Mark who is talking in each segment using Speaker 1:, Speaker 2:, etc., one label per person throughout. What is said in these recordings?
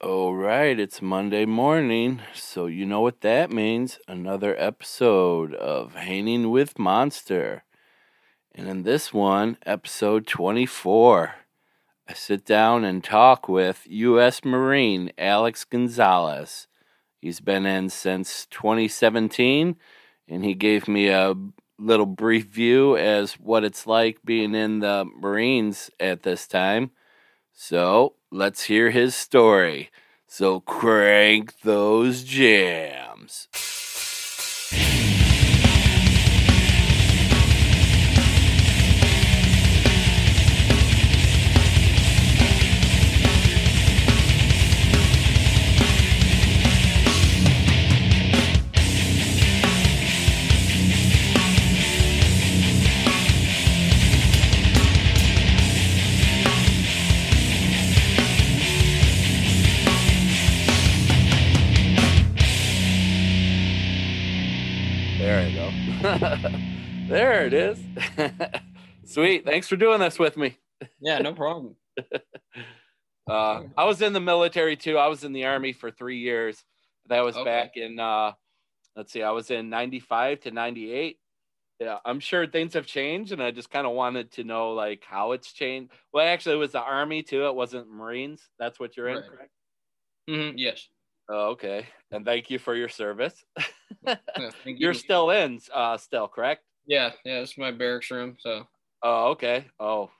Speaker 1: All right, it's Monday morning, so you know what that means. Another episode of Hanging with Monster. And in this one, episode 24, I sit down and talk with U.S. Marine Alex Gonzalez. He's been in since 2017, and he gave me a little brief view as what it's like being in the Marines at this time. So let's hear his story. So crank those jams. There I go. there it is. Sweet. Thanks for doing this with me.
Speaker 2: Yeah, no problem.
Speaker 1: Uh, I was in the military too. I was in the army for three years. That was
Speaker 2: Okay.
Speaker 1: back in, uh, let's see, I was in 95 to 98. Yeah, I'm sure things have changed, and I just kind of wanted to know like how it's changed. Well, actually, it was the army too. It wasn't Marines. That's what you're in,
Speaker 2: Right.
Speaker 1: correct?
Speaker 2: Mhm, Yes.
Speaker 1: Oh, okay. And thank you for your service.
Speaker 2: Yeah, thank
Speaker 1: You're
Speaker 2: you.
Speaker 1: still in, uh, still correct?
Speaker 2: Yeah, yeah. This is my barracks room. So
Speaker 1: Oh, okay. Oh,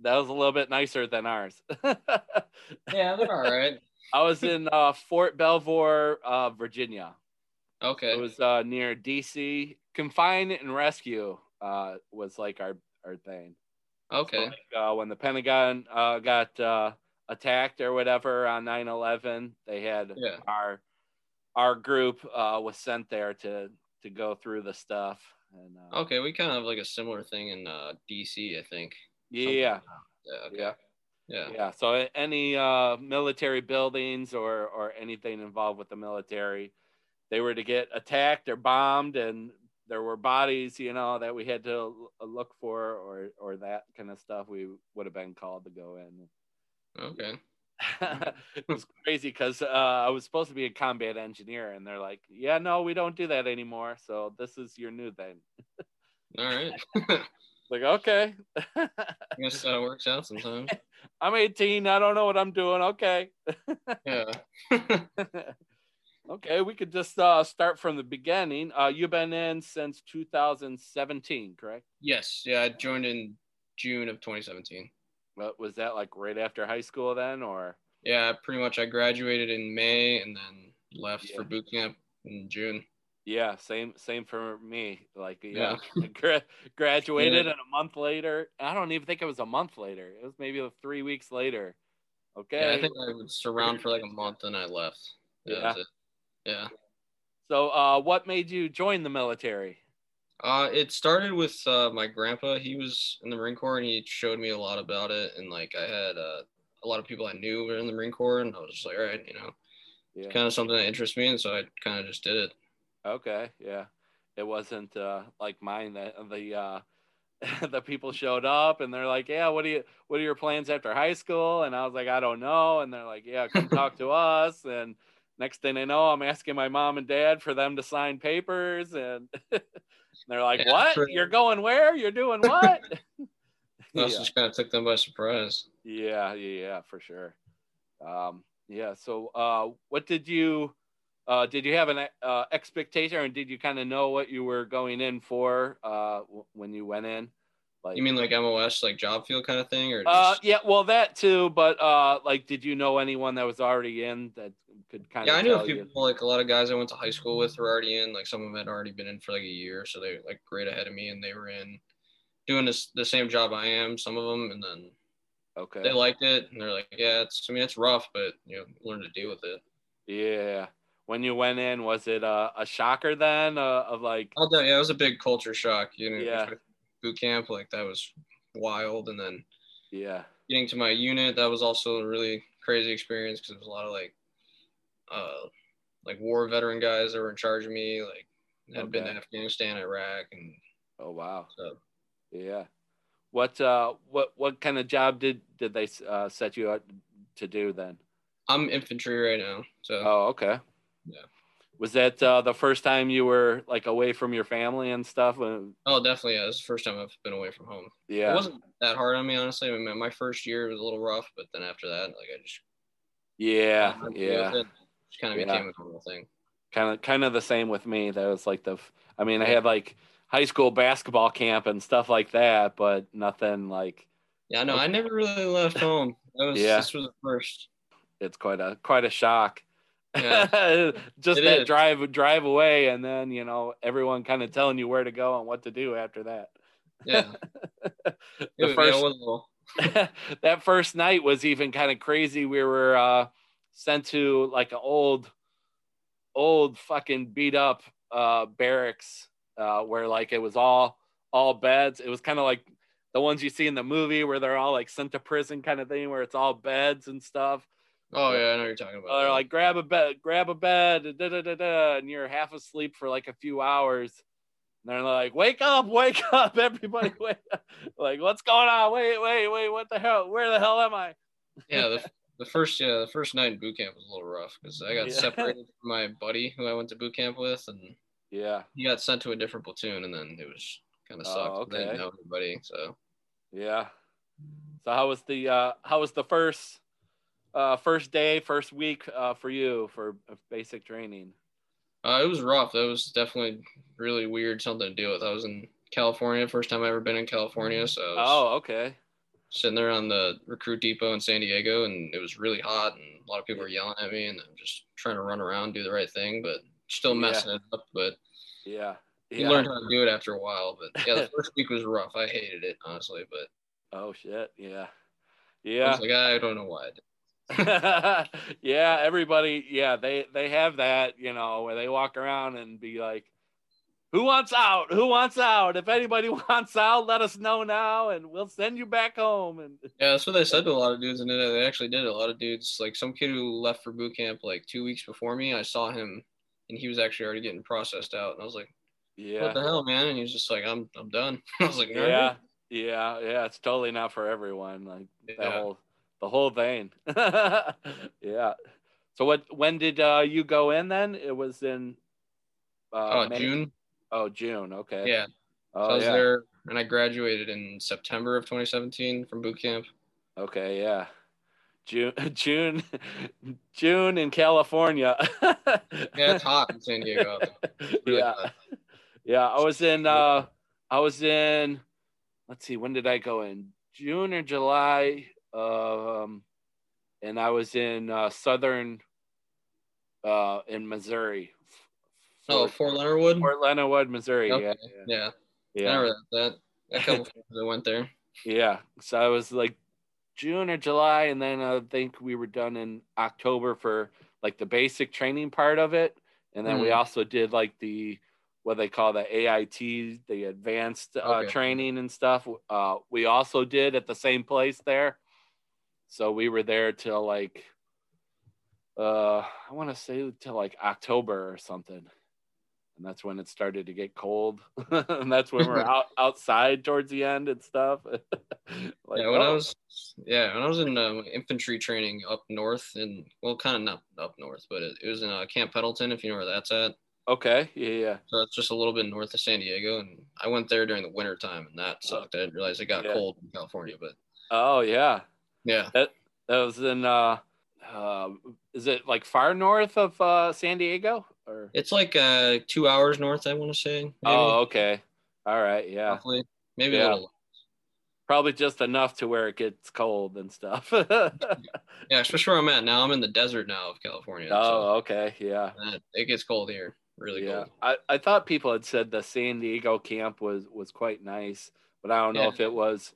Speaker 1: that was a little bit nicer than ours.
Speaker 2: yeah, they're all right.
Speaker 1: I was in uh, Fort Belvoir, uh, Virginia. It
Speaker 2: Okay.
Speaker 1: was uh, near DC. Confine and rescue uh, was like our our thing. So,
Speaker 2: Okay.
Speaker 1: like, uh, when the Pentagon uh, got uh, attacked or whatever on 9/11, they had
Speaker 2: Yeah.
Speaker 1: our our group uh, was sent there to to go through the stuff. And uh,
Speaker 2: Okay. We kind of have like a similar thing in uh, DC, I think. something
Speaker 1: yeah,
Speaker 2: like that. Yeah. Okay.
Speaker 1: yeah.
Speaker 2: Yeah.
Speaker 1: Yeah. So a- any uh, military buildings or or anything involved with the military, they were to get attacked or bombed, and there were bodies, you know, that we had to l- uh, look for or or that kind of stuff. We would have been called to go in.
Speaker 2: Okay.
Speaker 1: it was crazy because uh, I was supposed to be a combat engineer, and they're like, "Yeah, no, we don't do that anymore. So this is your new thing."
Speaker 2: All right.
Speaker 1: Like, okay,
Speaker 2: I guess that works out sometimes.
Speaker 1: I'm 18. I don't know what I'm doing. Okay.
Speaker 2: Yeah.
Speaker 1: okay, we could just uh, start from the beginning. Uh, you've been in since 2017, correct?
Speaker 2: yes. Yeah. I joined in June of 2017.
Speaker 1: What, was that like right after high school then, or
Speaker 2: Yeah. Pretty much. I graduated in May and then left
Speaker 1: Yeah.
Speaker 2: for boot camp in June.
Speaker 1: yeah, same same for me. Like yeah,
Speaker 2: Yeah.
Speaker 1: gra- graduated and a month later. I don't even think it was a month later. It was maybe like three weeks later. Okay,
Speaker 2: Yeah. I think I was around for like a month and I left. That was it. Yeah.
Speaker 1: so. Uh, what made you join the military?
Speaker 2: Uh, it started with uh, my grandpa. He was in the Marine Corps, and he showed me a lot about it. And like, I had uh, a lot of people I knew were in the Marine Corps, and I was just like, all right, you know,
Speaker 1: Yeah.
Speaker 2: kind of something that interests me, and so I kind of just did it.
Speaker 1: Okay, yeah. It wasn't uh, like mine that the uh, the people showed up and they're like, "Yeah, what do you what are your plans after high school?" And I was like, "I don't know." And they're like, "Yeah, come talk to us." And next thing I know, I'm asking my mom and dad for them to sign papers, and they're like,
Speaker 2: Yeah,
Speaker 1: "What?
Speaker 2: for-
Speaker 1: You're going where? You're doing what?"
Speaker 2: I
Speaker 1: yeah.
Speaker 2: also just kind of took them by surprise.
Speaker 1: yeah, yeah, yeah, for sure. Um, yeah. So, uh, what did you? Uh, did you have an uh, expectation, or did you kind of know what you were going in for uh, w- when you went in? Like,
Speaker 2: You mean like MOS, like job field kind of thing, or
Speaker 1: Uh,
Speaker 2: just?
Speaker 1: yeah, well, that too. But uh, like, did you know anyone that was already in that could kind
Speaker 2: yeah,
Speaker 1: of?
Speaker 2: I knew a
Speaker 1: tell
Speaker 2: few
Speaker 1: you? Mm-hmm.
Speaker 2: people, like a lot of guys I went to high school with were already in. Like some of them had already been in for like a year, so they were like great ahead of me, and they were in doing this the same job I am. Some of them, and then
Speaker 1: Okay.
Speaker 2: they liked it and they're like yeah it's i mean it's rough but you know learn to deal with it
Speaker 1: yeah. When you went in, was it a, a shocker then? Uh, of like,
Speaker 2: i'll tell you it was a big culture shock you know
Speaker 1: Yeah.
Speaker 2: boot camp like that was wild and then
Speaker 1: yeah,
Speaker 2: getting to my unit that was also a really crazy experience because it was a lot of like uh like war veteran guys that were in charge of me like had been to
Speaker 1: Okay.
Speaker 2: afghanistan iraq and
Speaker 1: oh wow,
Speaker 2: so
Speaker 1: yeah. What uh, what what kind of job did did they uh, set you up to do then?
Speaker 2: I'm infantry right now. So
Speaker 1: Oh, okay.
Speaker 2: Yeah.
Speaker 1: Was that uh, the first time you were like away from your family and stuff? When-
Speaker 2: oh, definitely. Yeah, it's the first time I've been away from home. It
Speaker 1: Yeah.
Speaker 2: wasn't that hard on me, honestly. I mean, my- my first year was a little rough, but then after that, like I just
Speaker 1: Yeah.
Speaker 2: I deal
Speaker 1: Yeah.
Speaker 2: with it. just kind of
Speaker 1: Yeah.
Speaker 2: became a normal thing.
Speaker 1: kind of kind of the same with me that was like the f- i mean i had like high school basketball camp and stuff like that but nothing like
Speaker 2: Yeah, I know. I never really left home. That was
Speaker 1: Yeah.
Speaker 2: this was the first.
Speaker 1: it's quite a quite a shock
Speaker 2: Yeah.
Speaker 1: just
Speaker 2: It
Speaker 1: that
Speaker 2: is.
Speaker 1: drive drive away and then you know everyone kind of telling you where to go and what to do after that
Speaker 2: Yeah.
Speaker 1: the
Speaker 2: It- yeah, it
Speaker 1: first
Speaker 2: was a little-
Speaker 1: that first night was even kind of crazy. We were uh, sent to like an old, old fucking beat up uh, barracks uh, where like it was all all beds. It was kind of like the ones you see in the movie where they're all like sent to prison kind of thing, where it's all beds and stuff.
Speaker 2: Oh yeah, I know what you're talking about.
Speaker 1: They're uh, like grab a bed, grab a bed, da da da da, and you're half asleep for like a few hours. And they're like, wake up, wake up, everybody, wake up. Like, what's going on? Wait, wait, wait, what the hell? Where the hell am I?
Speaker 2: yeah, the, the first yeah, the first night in boot camp was a little rough because I got
Speaker 1: Yeah.
Speaker 2: separated from my buddy who I went to boot camp with, and
Speaker 1: Yeah,
Speaker 2: he got sent to a different platoon, and then it was kind of
Speaker 1: Oh,
Speaker 2: sucked.
Speaker 1: okay.
Speaker 2: I didn't know anybody, so
Speaker 1: yeah. So how was the uh how was the first uh first day, first week uh for you for basic training?
Speaker 2: uh, it was rough. That was definitely really weird, something to deal with. I was in California, first time I ever been in California, so I was
Speaker 1: Oh, okay.
Speaker 2: sitting there on the recruit depot in San Diego, and it was really hot, and a lot of people were yelling at me, and I'm just trying to run around, do the right thing, but still
Speaker 1: Yeah.
Speaker 2: messing it up, but.
Speaker 1: Yeah.
Speaker 2: You
Speaker 1: yeah.
Speaker 2: learned how to do it after a while, but yeah, the first week was rough. I hated it honestly, but
Speaker 1: Oh shit. Yeah.
Speaker 2: I
Speaker 1: Yeah.
Speaker 2: was like, "Ah, I don't know why. I did.
Speaker 1: yeah, everybody, yeah, they they have that, you know, where they walk around and be like, "Who wants out? Who wants out? If anybody wants out, let us know now, and we'll send you back home." And
Speaker 2: Yeah, that's what I said to a lot of dudes, and then they actually did. it. A lot of dudes, like some kid who left for boot camp like two weeks before me, I saw him, and he was actually already getting processed out, and I was like, What
Speaker 1: yeah,
Speaker 2: the hell, man? And he was just like, I'm, I'm done. I was like, "All
Speaker 1: yeah,
Speaker 2: right."
Speaker 1: yeah, yeah. It's totally not for everyone. Like the
Speaker 2: Yeah.
Speaker 1: whole the whole vein. yeah. So what? When did uh, you go in? Then it was in. Uh,
Speaker 2: Oh,
Speaker 1: May-
Speaker 2: June.
Speaker 1: Oh, June. Okay.
Speaker 2: Yeah, so I
Speaker 1: Oh,
Speaker 2: was
Speaker 1: yeah.
Speaker 2: there, and I graduated in September of 2017 from boot camp.
Speaker 1: Okay, yeah. June June June in California.
Speaker 2: Yeah, it's hot in San Diego. out there. really
Speaker 1: yeah.
Speaker 2: hot.
Speaker 1: Yeah, I was in uh I was in let's see when did I go in? June or July um and I was in uh southern uh in Missouri.
Speaker 2: Oh, Fort Leonard Wood.
Speaker 1: Fort Leonard Wood, Missouri.
Speaker 2: Okay,
Speaker 1: Yeah.
Speaker 2: Yeah,
Speaker 1: Yeah.
Speaker 2: I remember that. A couple friends that went there.
Speaker 1: Yeah. So I was like June or July, and then I think we were done in October for like the basic training part of it, and then we
Speaker 2: Mhm.
Speaker 1: also did like the what they call the AIT, the advanced uh,
Speaker 2: Okay.
Speaker 1: training and stuff. Uh, we also did at the same place there, so we were there till like uh, I want to say till like October or something. And that's when it started to get cold, and that's when we're out outside towards the end and stuff. Like,
Speaker 2: yeah, when I
Speaker 1: oh.
Speaker 2: was yeah, when I was in um, infantry training up north, and well, kind of not up north, but it, it was in uh, Camp Pendleton, if you know where that's at.
Speaker 1: Okay. Yeah. Yeah.
Speaker 2: So it's just a little bit north of San Diego, and I went there during the winter time, and that sucked. I didn't realize it got
Speaker 1: Yeah.
Speaker 2: cold in California, but
Speaker 1: Oh, yeah.
Speaker 2: yeah,
Speaker 1: That was in. Uh, uh, is it like far north of uh, San Diego? Or
Speaker 2: it's like uh, two hours north, I want to say. Maybe,
Speaker 1: oh, okay. All right. Yeah.
Speaker 2: roughly, maybe
Speaker 1: Yeah.
Speaker 2: a little.
Speaker 1: Probably just enough to where it gets cold and stuff.
Speaker 2: Yeah, especially where I'm at now. I'm in the desert now of California. so
Speaker 1: oh, okay. Yeah.
Speaker 2: that- it gets cold here, really
Speaker 1: yeah.
Speaker 2: cold.
Speaker 1: I, I thought people had said the San Diego camp was was quite nice, but I don't know
Speaker 2: Yeah.
Speaker 1: if it was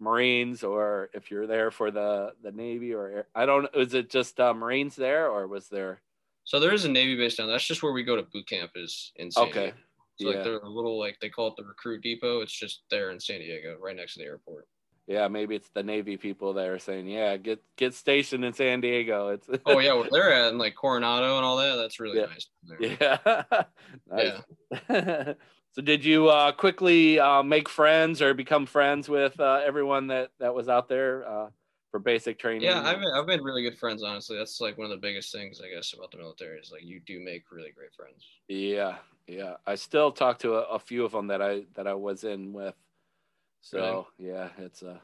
Speaker 1: Marines or if you're there for the the Navy or Air- I don't. Is it just uh, Marines there or was there?
Speaker 2: So there is a Navy base down. That's just where we go to boot camp. Is in San
Speaker 1: Okay.
Speaker 2: Diego. So
Speaker 1: Yeah.
Speaker 2: like they're a little like they call it the recruit depot. It's just there in San Diego, right next to the airport.
Speaker 1: Yeah, maybe it's the Navy people that are saying, "Yeah, get get stationed in San Diego." It's
Speaker 2: Oh yeah, where they're at in like Coronado and all that. That's really
Speaker 1: Yeah.
Speaker 2: nice. down there.
Speaker 1: yeah, Nice. so, did you uh, quickly uh, make friends or become friends with uh, everyone that that was out there uh, for basic training.
Speaker 2: Yeah, I've made, I've made really good friends. Honestly, that's like one of the biggest things I guess about the military is like you do make really great friends.
Speaker 1: yeah, yeah. I still talk to a, a few of them that I that I was in with. So yeah, it's uh, a.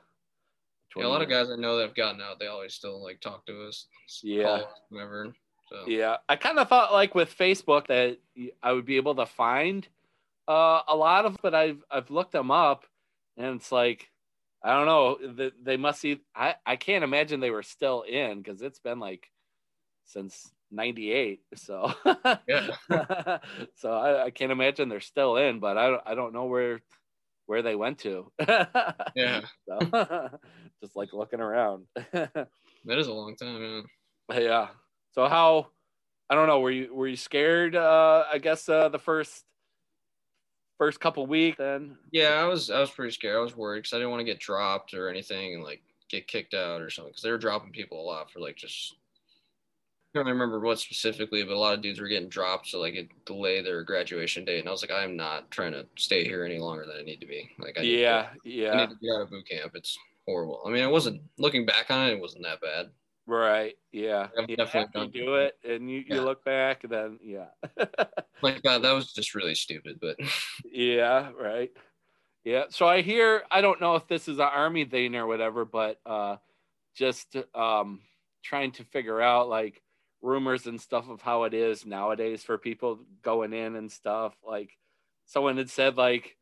Speaker 2: Yeah, a lot of guys I know that have gotten out, they always still like talk to us. s-
Speaker 1: Yeah.
Speaker 2: call us, whatever. So
Speaker 1: Yeah, I kind of thought like with Facebook that I would be able to find uh, a lot of, but I've I've looked them up, and it's like I don't know. th- They must see. I I can't imagine they were still in because it's been like since '98. So
Speaker 2: yeah.
Speaker 1: so I, I can't imagine they're still in, but I don't I don't know where where they went to.
Speaker 2: Yeah.
Speaker 1: so, just like looking around.
Speaker 2: That is a long time, yeah.
Speaker 1: Yeah. So how I don't know, were you were you scared uh I guess uh the first first couple weeks then?
Speaker 2: Yeah, I was I was pretty scared. I was worried because I didn't want to get dropped or anything and like get kicked out or something because they were dropping people a lot for like just. I don't remember what specifically, but a lot of dudes were getting dropped, so like it delayed their graduation date. And I was like, I'm not trying to stay here any longer than I need to be. Like, I need to-
Speaker 1: Yeah,
Speaker 2: I
Speaker 1: yeah.
Speaker 2: need to get out of boot camp. It's horrible. I mean, it wasn't looking back on it, it wasn't that bad.
Speaker 1: Right. Yeah.
Speaker 2: I've
Speaker 1: yeah
Speaker 2: definitely
Speaker 1: after you
Speaker 2: done-
Speaker 1: do it and you,
Speaker 2: Yeah.
Speaker 1: you look back then yeah.
Speaker 2: Like, God, that was just really stupid. But
Speaker 1: yeah, right. Yeah. So I hear I don't know if this is an army thing or whatever, but uh just um trying to figure out like rumors and stuff of how it is nowadays for people going in and stuff. Like someone had said like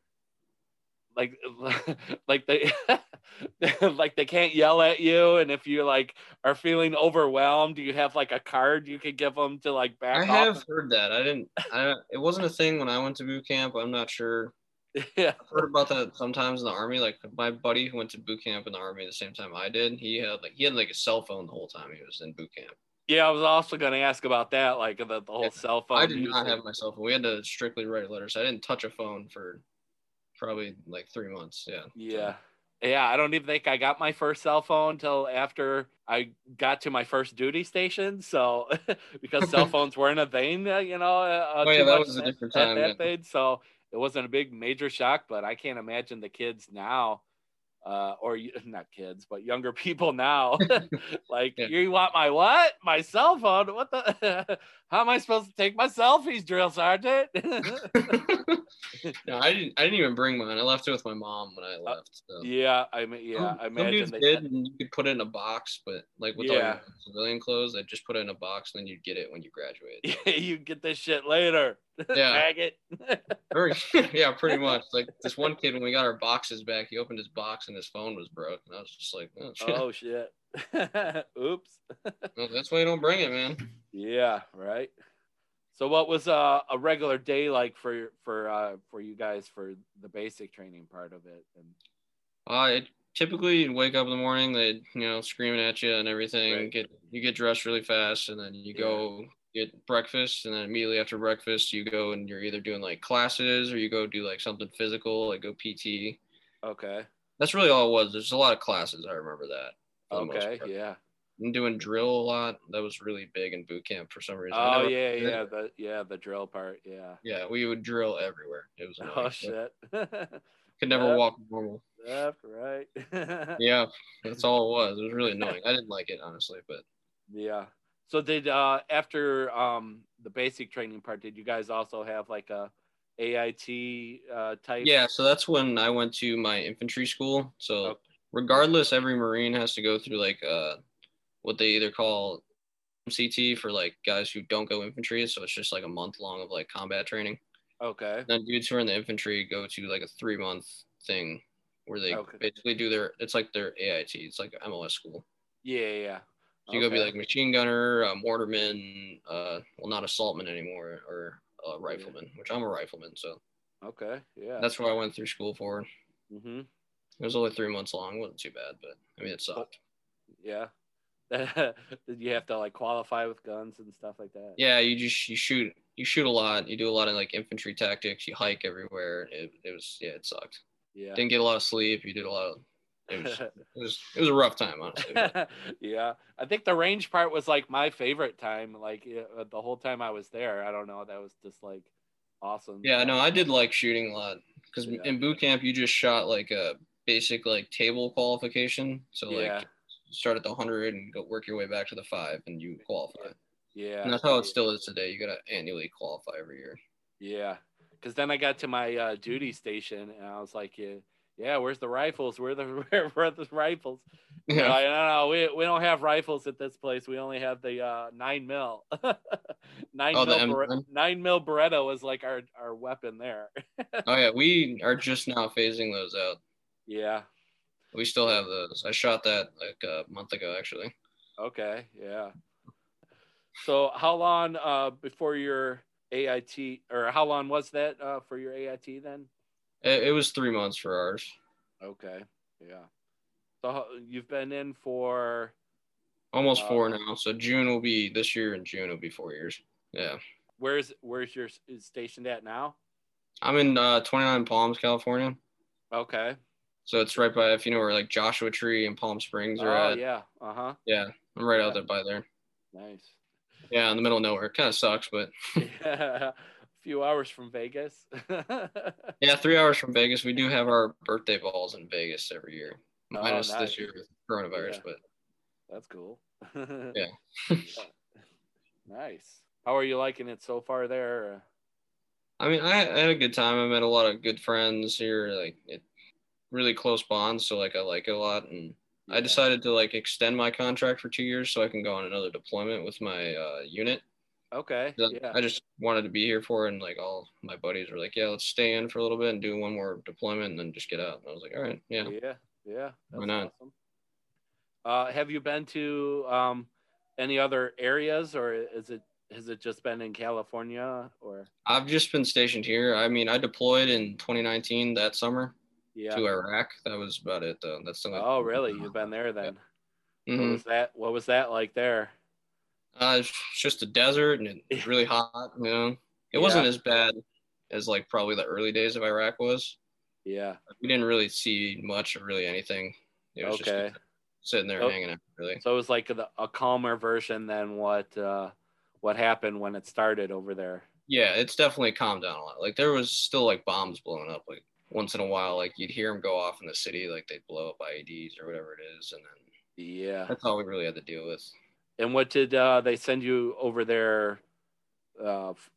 Speaker 1: like like they like they can't yell at you and if you like are feeling overwhelmed you have like a card you could give them to like back
Speaker 2: I
Speaker 1: off
Speaker 2: have heard that. I didn't. I, it wasn't a thing when I went to boot camp. I'm not sure
Speaker 1: yeah
Speaker 2: I've heard about that sometimes in the army. Like my buddy who went to boot camp in the army the same time I did, he had like he had like a cell phone the whole time he was in boot camp.
Speaker 1: Yeah, I was also going to ask about that, like the, the whole
Speaker 2: Yeah,
Speaker 1: cell phone.
Speaker 2: I did not
Speaker 1: usage.
Speaker 2: have my cell phone. We had to strictly write letters. I didn't touch a phone for probably like three months. Yeah.
Speaker 1: Yeah, yeah. I don't even think I got my first cell phone till after I got to my first duty station. So because cell phones weren't a thing, uh, you know. Uh,
Speaker 2: Oh, yeah,
Speaker 1: too
Speaker 2: that
Speaker 1: much
Speaker 2: was a
Speaker 1: at-
Speaker 2: different
Speaker 1: at
Speaker 2: time,
Speaker 1: that
Speaker 2: yeah.
Speaker 1: thing, so it wasn't a big major shock, but I can't imagine the kids now. Uh, or y- not kids, but younger people now. like,
Speaker 2: Yeah.
Speaker 1: you want my what? My cell phone? What the? How am I supposed to take my selfies, drill sergeant?
Speaker 2: No, I didn't. I didn't even bring mine. I left it with my mom when I
Speaker 1: Uh,
Speaker 2: left. So.
Speaker 1: Yeah, I mean, yeah,
Speaker 2: Some-
Speaker 1: I
Speaker 2: some
Speaker 1: imagine
Speaker 2: dudes
Speaker 1: they
Speaker 2: did, and you could put it in a box, but like with all
Speaker 1: Yeah.
Speaker 2: your civilian clothes, I just put it in a box, and then you'd get it when you graduate.
Speaker 1: you get this shit later.
Speaker 2: Yeah.
Speaker 1: Faggot.
Speaker 2: Very, yeah, pretty much. Like this one kid, when we got our boxes back, he opened his box and his phone was broke, and I was just like, "Oh, shit.
Speaker 1: oh shit. Oops.
Speaker 2: Well, that's why you don't bring it, man."
Speaker 1: Yeah, right. So what was uh, a regular day like for for uh, for you guys for the basic training part of it? And
Speaker 2: Uh, it, typically, you'd wake up in the morning, they'd you know screaming at you and everything.
Speaker 1: Right.
Speaker 2: Get you get dressed really fast, and then you
Speaker 1: Yeah.
Speaker 2: go get breakfast, and then immediately after breakfast, you go and you're either doing like classes or you go do like something physical, like go PT.
Speaker 1: okay,
Speaker 2: That's really all it was. There's a lot of classes. I remember that. for the most
Speaker 1: okay,
Speaker 2: part.
Speaker 1: yeah.
Speaker 2: I'm doing drill a lot. That was really big in boot camp for some reason. I
Speaker 1: Oh
Speaker 2: never-
Speaker 1: yeah, yeah, the yeah the drill part, yeah.
Speaker 2: Yeah, we would drill everywhere. It was annoying.
Speaker 1: Oh shit.
Speaker 2: Could never
Speaker 1: Yeah.
Speaker 2: walk normal.
Speaker 1: Left, right.
Speaker 2: Yeah, that's all it was. It was really annoying. I didn't like it honestly, but
Speaker 1: Yeah. So did uh after um the basic training part, did you guys also have like a AIT uh type?
Speaker 2: yeah. So that's when I went to my infantry school. So
Speaker 1: Okay.
Speaker 2: regardless, every Marine has to go through like uh, what they either call MCT for like guys who don't go infantry. So it's just like a month long of like combat training.
Speaker 1: Okay.
Speaker 2: then dudes who are in the infantry go to like a three month thing where they
Speaker 1: Okay.
Speaker 2: basically do their it's like their AIT. It's like MLS school.
Speaker 1: Yeah, yeah.
Speaker 2: So you go be
Speaker 1: Okay.
Speaker 2: like machine gunner, uh, mortarman, uh, well, not assaultman anymore, or uh, rifleman, which I'm a rifleman. So
Speaker 1: Okay. Yeah.
Speaker 2: that's what I went through school for.
Speaker 1: hmm
Speaker 2: It was only three months long. It wasn't too bad, but I mean, it sucked.
Speaker 1: Yeah. did you have to like qualify with guns and stuff like that?
Speaker 2: Yeah, you just you shoot you shoot a lot. You do a lot of like infantry tactics. You hike everywhere. It, it was yeah, it sucked.
Speaker 1: Yeah.
Speaker 2: Didn't get a lot of sleep. You did a lot of it was it was, it was a rough time honestly. but-
Speaker 1: yeah. I think the range part was like my favorite time like uh, the whole time I was there. I don't know, that was just like awesome.
Speaker 2: Yeah, no, I did like shooting a lot because
Speaker 1: Yeah.
Speaker 2: in boot camp you just shot like a basic like table qualification. So like
Speaker 1: yeah.
Speaker 2: start at the hundred and go work your way back to the five, and you qualify.
Speaker 1: Yeah.
Speaker 2: And that's how it still is today. You gotta annually qualify every year.
Speaker 1: Yeah, because then I got to my uh, duty station and I was like, yeah, yeah, where's the rifles? Where the where, where are the rifles? Yeah.
Speaker 2: Yeah,
Speaker 1: Like, no, no, we, we don't have rifles at this place. We only have the uh, nine mil. nine
Speaker 2: Oh, the
Speaker 1: mil Bere-
Speaker 2: M10?
Speaker 1: nine mil Beretta was like our our weapon there.
Speaker 2: oh yeah, we are just now phasing those out.
Speaker 1: yeah.
Speaker 2: We still have those. I shot that like a month ago actually.
Speaker 1: Okay. Yeah. So how long uh, before your AIT or how long was that uh, for your AIT then?
Speaker 2: It, it was three months for ours,
Speaker 1: Okay. Yeah. So how- you've been in for
Speaker 2: almost
Speaker 1: Wow.
Speaker 2: four now. So June will be this year, and June will be four years. Yeah,
Speaker 1: where's where's your s- is stationed at now?
Speaker 2: I'm in uh, 29 Palms, California.
Speaker 1: Okay.
Speaker 2: So it's right by if you know where like Joshua Tree and Palm Springs are
Speaker 1: Oh
Speaker 2: at. Yeah.
Speaker 1: yeah. Uh huh.
Speaker 2: I'm right
Speaker 1: Yeah.
Speaker 2: out there by there.
Speaker 1: Nice.
Speaker 2: Yeah, in the middle of nowhere. Kind of sucks, but
Speaker 1: yeah. A few hours from Vegas.
Speaker 2: yeah, three hours from Vegas. We do have our birthday balls in Vegas every year.
Speaker 1: Oh,
Speaker 2: Minus
Speaker 1: nice.
Speaker 2: this year with coronavirus,
Speaker 1: Yeah.
Speaker 2: but
Speaker 1: That's cool. yeah. nice. How are you liking it so far there?
Speaker 2: I mean, I, I had a good time. I met a lot of good friends here. Like, it, really close bonds. So like, I like it a lot. And I
Speaker 1: Yeah.
Speaker 2: decided to like extend my contract for two years so I can go on another deployment with my uh, unit.
Speaker 1: Okay.
Speaker 2: So
Speaker 1: Yeah.
Speaker 2: I just wanted to be here for it, and like all my buddies were like, "Yeah, let's stay in for a little bit and do one more deployment, and then just get out." And I was like, "All right, yeah."
Speaker 1: Yeah, yeah.
Speaker 2: Why not?
Speaker 1: awesome. Uh, have you been to um, any other areas, or is it has it just been in California? Or
Speaker 2: I've just been stationed here. I mean, I deployed in 2019 that summer
Speaker 1: yeah.
Speaker 2: to Iraq. That was about it, though. That's the only.
Speaker 1: Oh, really? You've been there then? What
Speaker 2: Mhm.
Speaker 1: was that? What was that like there?
Speaker 2: Uh, it's just a desert, and it's really hot. You know, it
Speaker 1: Yeah.
Speaker 2: wasn't as bad as like probably the early days of Iraq was.
Speaker 1: Yeah.
Speaker 2: We didn't really see much or really anything. It was
Speaker 1: Okay.
Speaker 2: just sitting there
Speaker 1: Oh.
Speaker 2: hanging out, really.
Speaker 1: So it was like the, a calmer version than what uh, what happened when it started over there.
Speaker 2: Yeah, it's definitely calmed down a lot. Like there was still like bombs blowing up like once in a while. Like you'd hear them go off in the city, like they'd blow up IEDs or whatever it is, and then
Speaker 1: Yeah.
Speaker 2: that's all we really had to deal with.
Speaker 1: And what did uh, they send you over there? Uh, f-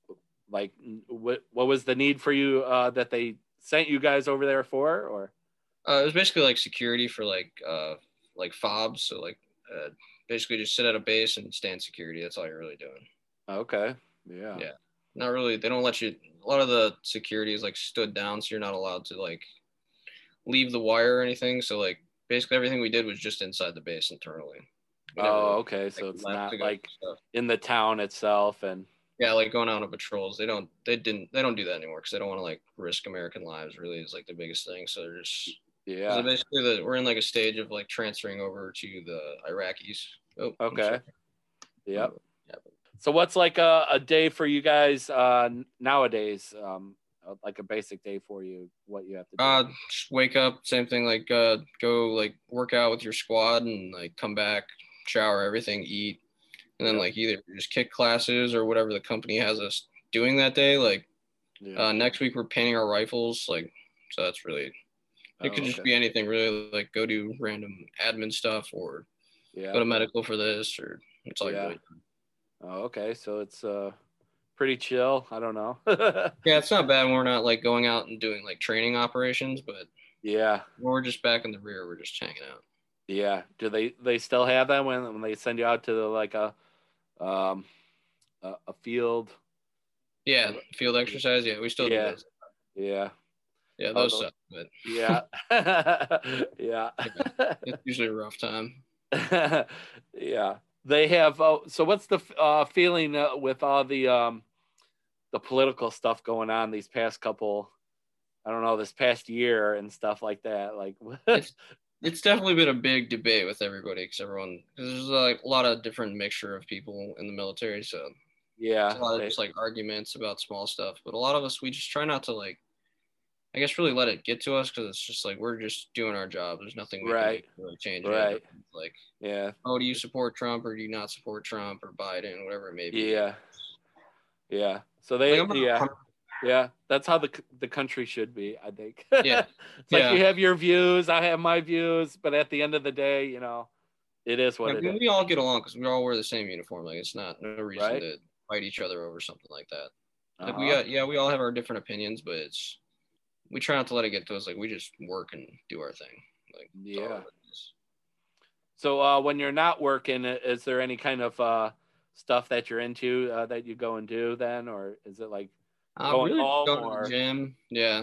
Speaker 1: like, n- what what was the need for you uh, that they sent you guys over there for? Or
Speaker 2: Uh, it was basically like security for like uh like fobs, so like uh, basically just sit at a base and stand security. That's all you're really doing.
Speaker 1: okay, yeah,
Speaker 2: Yeah. Not really. They don't let you. A lot of the security is like stood down, so you're not allowed to like leave the wire or anything. So like basically everything we did was just inside the base internally. We never,
Speaker 1: Oh,
Speaker 2: like,
Speaker 1: okay. So it's
Speaker 2: left
Speaker 1: not
Speaker 2: to go
Speaker 1: like
Speaker 2: do stuff.
Speaker 1: in the town itself, and
Speaker 2: yeah, like going out on patrols. They don't. They didn't. They don't do that anymore because they don't want to like risk American lives. Really, is like the biggest thing. So they're just So
Speaker 1: yeah,
Speaker 2: basically, the, we're in like a stage of like transferring over to the Iraqis. Oh, I'm
Speaker 1: Okay.
Speaker 2: sorry.
Speaker 1: yep. So what's like a, a day for you guys uh, nowadays? Um, like a basic day for you, what you have to do.
Speaker 2: Uh, just wake up, same thing. Like, uh, go like work out with your squad and like come back, shower, everything, eat, and then
Speaker 1: Yep.
Speaker 2: like either just kick classes or whatever the company has us doing that day. Like,
Speaker 1: yeah.
Speaker 2: uh, next week we're painting our rifles. Like, so that's really it.
Speaker 1: Oh,
Speaker 2: could just
Speaker 1: okay.
Speaker 2: be anything really. Like, go do random admin stuff or
Speaker 1: yeah.
Speaker 2: go to medical for this or it's all
Speaker 1: Yeah.
Speaker 2: yeah. Really.
Speaker 1: Oh, okay. So it's uh, pretty chill. I don't know.
Speaker 2: Yeah, it's not bad when we're not like going out and doing like training operations, but
Speaker 1: yeah.
Speaker 2: when we're just back in the rear, we're just hanging out.
Speaker 1: Yeah. Do they they still have that when when they send you out to like a um a, a field?
Speaker 2: Yeah, field exercise. Yeah, we still
Speaker 1: Yeah.
Speaker 2: do those.
Speaker 1: Yeah.
Speaker 2: Yeah, those
Speaker 1: those-
Speaker 2: suck, but
Speaker 1: Yeah. yeah.
Speaker 2: it's usually a rough time.
Speaker 1: yeah. They have oh, so what's the uh feeling uh, with all the um the political stuff going on these past couple I don't know this past year and stuff like that like
Speaker 2: It's definitely been a big debate with everybody because everyone, cause there's like a lot of different mixture of people in the military. So
Speaker 1: yeah
Speaker 2: there's a lot
Speaker 1: they-
Speaker 2: of just like arguments about small stuff. But a lot of us, we just try not to like, I guess, really let it get to us because it's just like we're just doing our job. There's nothing we
Speaker 1: Right.
Speaker 2: can do to really change. it.
Speaker 1: Right.
Speaker 2: Like,
Speaker 1: yeah
Speaker 2: oh, do you support Trump or do you not support Trump or Biden, whatever it may be.
Speaker 1: yeah yeah so
Speaker 2: Like,
Speaker 1: they
Speaker 2: I'm not-
Speaker 1: yeah Yeah, that's how the c- the country should be, I think.
Speaker 2: Yeah.
Speaker 1: it's like
Speaker 2: Yeah.
Speaker 1: you have your views, I have my views, but at the end of the day, you know, It is what
Speaker 2: Like,
Speaker 1: it is.
Speaker 2: we all get along because we all wear the same uniform. Like it's not no reason
Speaker 1: Right.
Speaker 2: to fight each other over something like that. Like we
Speaker 1: Uh-huh.
Speaker 2: got yeah, we all have our different opinions, but it's we try not to let it get to us. Like we just work and do our thing. Like that's all
Speaker 1: Yeah.
Speaker 2: it is.
Speaker 1: So uh, when you're not working, i- is there any kind of uh, stuff that you're into uh, that you go and do then, or is it like,
Speaker 2: I
Speaker 1: Going
Speaker 2: really just
Speaker 1: home
Speaker 2: go to
Speaker 1: or-
Speaker 2: the gym. Yeah,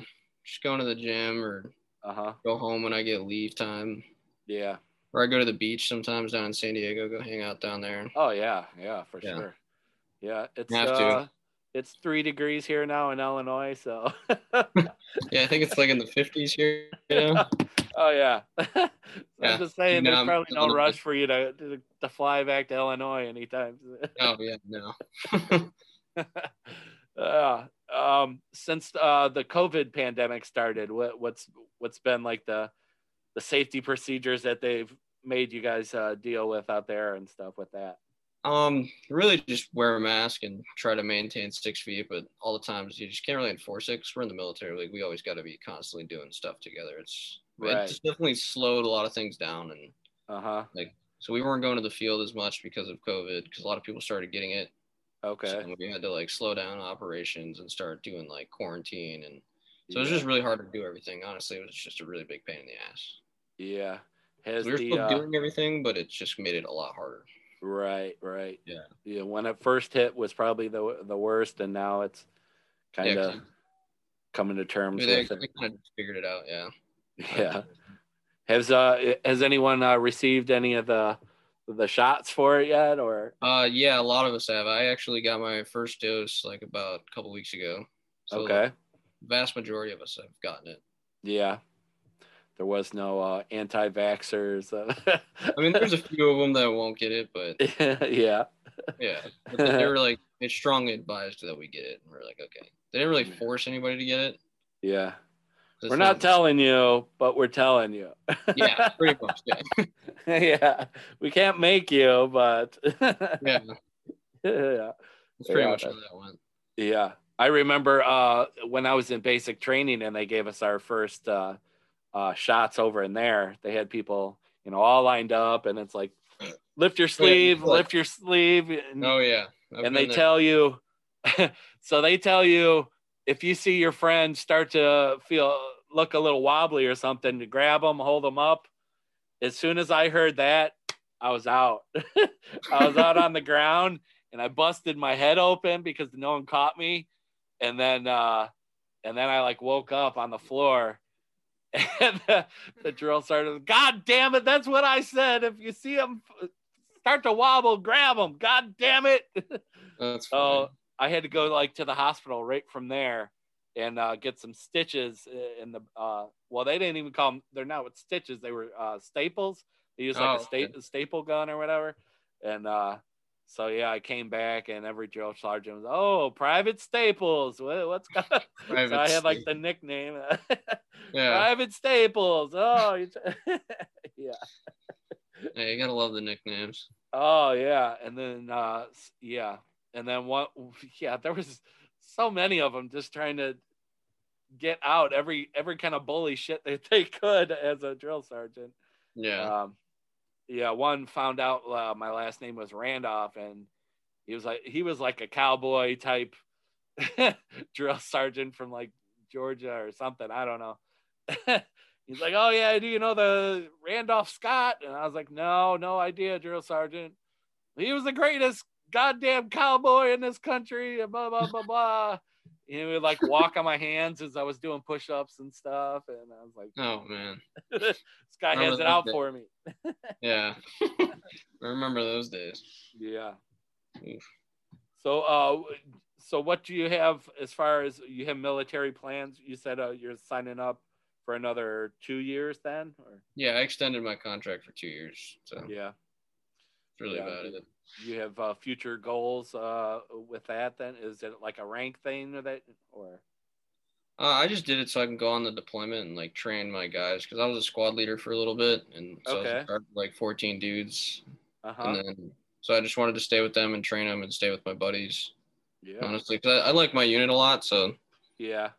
Speaker 2: just going to the gym or
Speaker 1: uh huh,
Speaker 2: go home when I get leave time,
Speaker 1: yeah,
Speaker 2: or I go to the beach sometimes down in San Diego. Go hang out down there.
Speaker 1: oh yeah, yeah, for
Speaker 2: Yeah.
Speaker 1: sure, yeah. It's
Speaker 2: have to.
Speaker 1: uh, it's three degrees here now in Illinois, so
Speaker 2: Yeah, I think it's like in the fifties here. You know?
Speaker 1: oh yeah.
Speaker 2: Yeah.
Speaker 1: I'm just saying,
Speaker 2: No,
Speaker 1: there's
Speaker 2: I'm
Speaker 1: probably
Speaker 2: a
Speaker 1: no
Speaker 2: little
Speaker 1: rush
Speaker 2: bit-
Speaker 1: for you to, to to fly back to Illinois anytime. soon.
Speaker 2: oh yeah, no.
Speaker 1: uh, um, since uh, the COVID pandemic started, what, what's what's been like the the safety procedures that they've made you guys uh, deal with out there and stuff with that?
Speaker 2: Um, really just wear a mask and try to maintain six feet, but all the times you just can't really enforce it 'cause we're in the military. Like we always got to be constantly doing stuff together. It's
Speaker 1: Right.
Speaker 2: it's definitely slowed a lot of things down, and
Speaker 1: Uh huh.
Speaker 2: so we weren't going to the field as much because of COVID because a lot of people started getting it.
Speaker 1: Okay.
Speaker 2: So we had to like slow down operations and start doing like quarantine, and so it was
Speaker 1: Yeah.
Speaker 2: just really hard to do everything. Honestly, it was just a really big pain in the ass.
Speaker 1: yeah.
Speaker 2: 'Cause
Speaker 1: Has
Speaker 2: we were
Speaker 1: the
Speaker 2: still
Speaker 1: uh,
Speaker 2: doing everything, but it's just made it a lot harder.
Speaker 1: right, right.
Speaker 2: Yeah.
Speaker 1: Yeah. When it first hit was probably the the worst, and now it's kind
Speaker 2: yeah,
Speaker 1: of
Speaker 2: 'cause
Speaker 1: coming to terms
Speaker 2: they,
Speaker 1: with it.
Speaker 2: kind of figured it out. Yeah.
Speaker 1: Yeah. Has uh has anyone uh, received any of the the shots for it yet, or
Speaker 2: Uh, yeah, a lot of us have. I actually got my first dose like about a couple weeks ago. So
Speaker 1: okay?
Speaker 2: the vast majority of us have gotten it.
Speaker 1: Yeah. There was no uh, anti vaxxers.
Speaker 2: I mean, there's a few of them that won't get it, but
Speaker 1: yeah.
Speaker 2: yeah, but they were like, it's strongly advised that we get it, and we're like, okay. They didn't really force anybody to get it. 'cause
Speaker 1: Yeah.
Speaker 2: it's
Speaker 1: We're not telling you, but we're telling you.
Speaker 2: Yeah, pretty much. Yeah,
Speaker 1: yeah. We can't make you, but
Speaker 2: yeah
Speaker 1: yeah.
Speaker 2: that's pretty
Speaker 1: Yeah,
Speaker 2: much how
Speaker 1: that's-
Speaker 2: that went.
Speaker 1: Yeah. I remember uh, when I was in basic training and they gave us our first uh, uh, shots over in there. They had people, you know, all lined up and it's like, lift your sleeve,
Speaker 2: like-
Speaker 1: lift your sleeve. and-
Speaker 2: Oh yeah, I've
Speaker 1: Mm. and they
Speaker 2: been there.
Speaker 1: tell you so they tell you if you see your friend start to feel look a little wobbly or something to grab them hold them up as soon as i heard that i was out i was out on the ground and i busted my head open because no one caught me and then uh and then i like woke up on the floor and the, the drill started god damn it that's what i said if you see them start to wobble grab them god damn it
Speaker 2: That's
Speaker 1: Oh,
Speaker 2: fine.
Speaker 1: I had to go like to the hospital right from there and uh, get some stitches in the. Uh, well, they didn't even call them. They're not with stitches. They were uh, staples. They used like
Speaker 2: Oh,
Speaker 1: a, sta-
Speaker 2: okay.
Speaker 1: a staple gun or whatever. And uh, so yeah, I came back and every drill sergeant was, "Oh, Private Staples. What, what's going?"
Speaker 2: Private
Speaker 1: so I had like the nickname.
Speaker 2: yeah.
Speaker 1: Private Staples. Oh, you- yeah.
Speaker 2: yeah, you gotta love the nicknames.
Speaker 1: Oh yeah, and then uh s- yeah, and then what? Yeah, there was so many of them just trying to get out every every kind of bully shit that they could as a drill sergeant.
Speaker 2: Yeah,
Speaker 1: Um, yeah, one found out uh, my last name was Randolph, and he was like he was like a cowboy type drill sergeant from like Georgia or something. I don't know. He's like, oh yeah, do you know the Randolph Scott? And I was like, no, no idea, drill sergeant. He was the greatest goddamn cowboy in this country. and Blah blah blah blah. And he would like walk on my hands as I was doing push-ups and stuff, and I was like,
Speaker 2: oh man.
Speaker 1: this guy
Speaker 2: Remember
Speaker 1: has it
Speaker 2: those
Speaker 1: out
Speaker 2: days.
Speaker 1: for me.
Speaker 2: Yeah. I remember those days.
Speaker 1: Yeah.
Speaker 2: Oof.
Speaker 1: So, uh, so what do you have as far as you have military plans? You said uh, you're signing up for another two years, then, or
Speaker 2: Yeah, I extended my contract for two years. So that's
Speaker 1: yeah,
Speaker 2: really
Speaker 1: Yeah,
Speaker 2: about
Speaker 1: dude.
Speaker 2: it.
Speaker 1: you have uh, future goals uh, with that. Then is it like a rank thing or that, or
Speaker 2: Uh, I just did it so I can go on the deployment and like train my guys because I was a squad leader for a little bit. And so I was
Speaker 1: Okay.
Speaker 2: in charge of, like 14 dudes.
Speaker 1: uh
Speaker 2: And
Speaker 1: huh,
Speaker 2: then, so I just wanted to stay with them and train them and stay with my buddies,
Speaker 1: yeah,
Speaker 2: honestly. 'Cause I, I like my unit a lot. So
Speaker 1: yeah.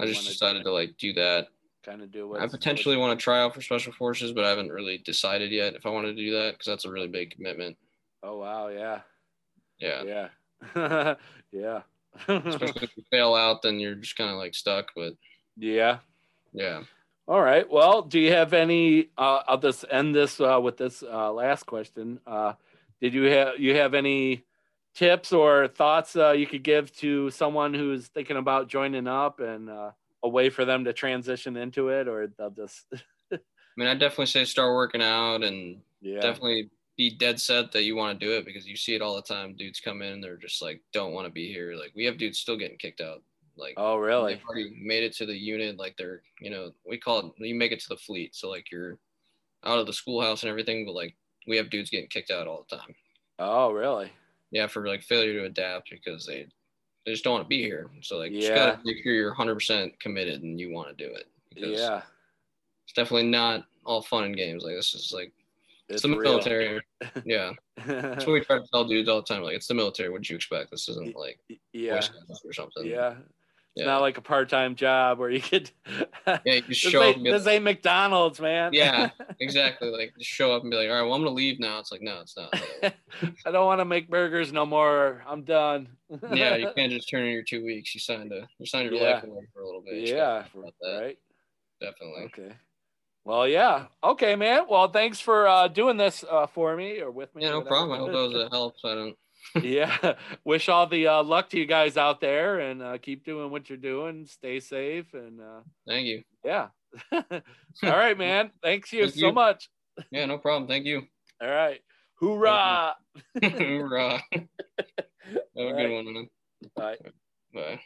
Speaker 2: I
Speaker 1: you
Speaker 2: just
Speaker 1: wanna-
Speaker 2: decided to like do that.
Speaker 1: kind of do what
Speaker 2: I potentially want to try out for special forces, but I haven't really decided yet if I want to do that because that's a really big commitment.
Speaker 1: Oh wow, yeah,
Speaker 2: Yeah.
Speaker 1: yeah, yeah, yeah, Hmm.
Speaker 2: Especially if you fail out, then you're just kind of like stuck. But yeah,
Speaker 1: All right. Well, do you have any? Uh, I'll just end this uh, with this uh, last question. Uh, did you have you have any tips or thoughts uh, you could give to someone who's thinking about joining up and uh, a way for them to transition into it, or they'll just
Speaker 2: I mean, I definitely say start working out and
Speaker 1: yeah,
Speaker 2: definitely be dead set that you want to do it because you see it all the time. Dudes come in, they're just like, don't want to be here. Like we have dudes still getting kicked out. Like
Speaker 1: Oh, really?
Speaker 2: they've already made it to the unit. Like they're, you know, we call it, you make it to the fleet. So like you're out of the schoolhouse and everything, but like we have dudes getting kicked out all the time.
Speaker 1: Oh, really?
Speaker 2: Yeah. For like failure to adapt because they, they just don't want to be here. So like, you just
Speaker 1: Yeah.
Speaker 2: gotta make sure you're hundred percent committed and you want to do it. Because
Speaker 1: Yeah,
Speaker 2: It's definitely not all fun and games. Like this is like,
Speaker 1: it's
Speaker 2: it's, the
Speaker 1: real.
Speaker 2: military. yeah. That's what we try to tell dudes all the time. Like, it's the military. What do you expect? This isn't like
Speaker 1: yeah,
Speaker 2: Boy Scouts or something.
Speaker 1: yeah. It's
Speaker 2: Yeah.
Speaker 1: not like a part-time job where you could.
Speaker 2: Yeah, you just
Speaker 1: this,
Speaker 2: show up
Speaker 1: ain't,
Speaker 2: and be like,
Speaker 1: this ain't McDonald's, man.
Speaker 2: Yeah. exactly. Like, just show up and be like, all right, well, I'm going to leave now. It's like, no, it's not.
Speaker 1: I don't want to make burgers no more. I'm done.
Speaker 2: yeah, you can't just turn in your two weeks. You signed a, you signed your
Speaker 1: Yeah.
Speaker 2: life away for a little bit. You
Speaker 1: yeah,
Speaker 2: forgot about that,
Speaker 1: right.
Speaker 2: Definitely.
Speaker 1: Okay. Well, yeah. Okay, man. Well, thanks for uh, doing this uh, for me or with me.
Speaker 2: Yeah,
Speaker 1: or
Speaker 2: no
Speaker 1: whatever.
Speaker 2: problem. I hope that was a help. So I don't.
Speaker 1: yeah. Wish all the uh, luck to you guys out there, and uh, keep doing what you're doing. Stay safe, and uh,
Speaker 2: Thank you.
Speaker 1: yeah. all right, man. Thanks you
Speaker 2: Thank
Speaker 1: so
Speaker 2: you.
Speaker 1: much.
Speaker 2: Yeah, no problem. Thank you.
Speaker 1: All right. Hoorah!
Speaker 2: Hoorah. uh, Have a
Speaker 1: All right.
Speaker 2: good one, man.
Speaker 1: Bye.
Speaker 2: Bye.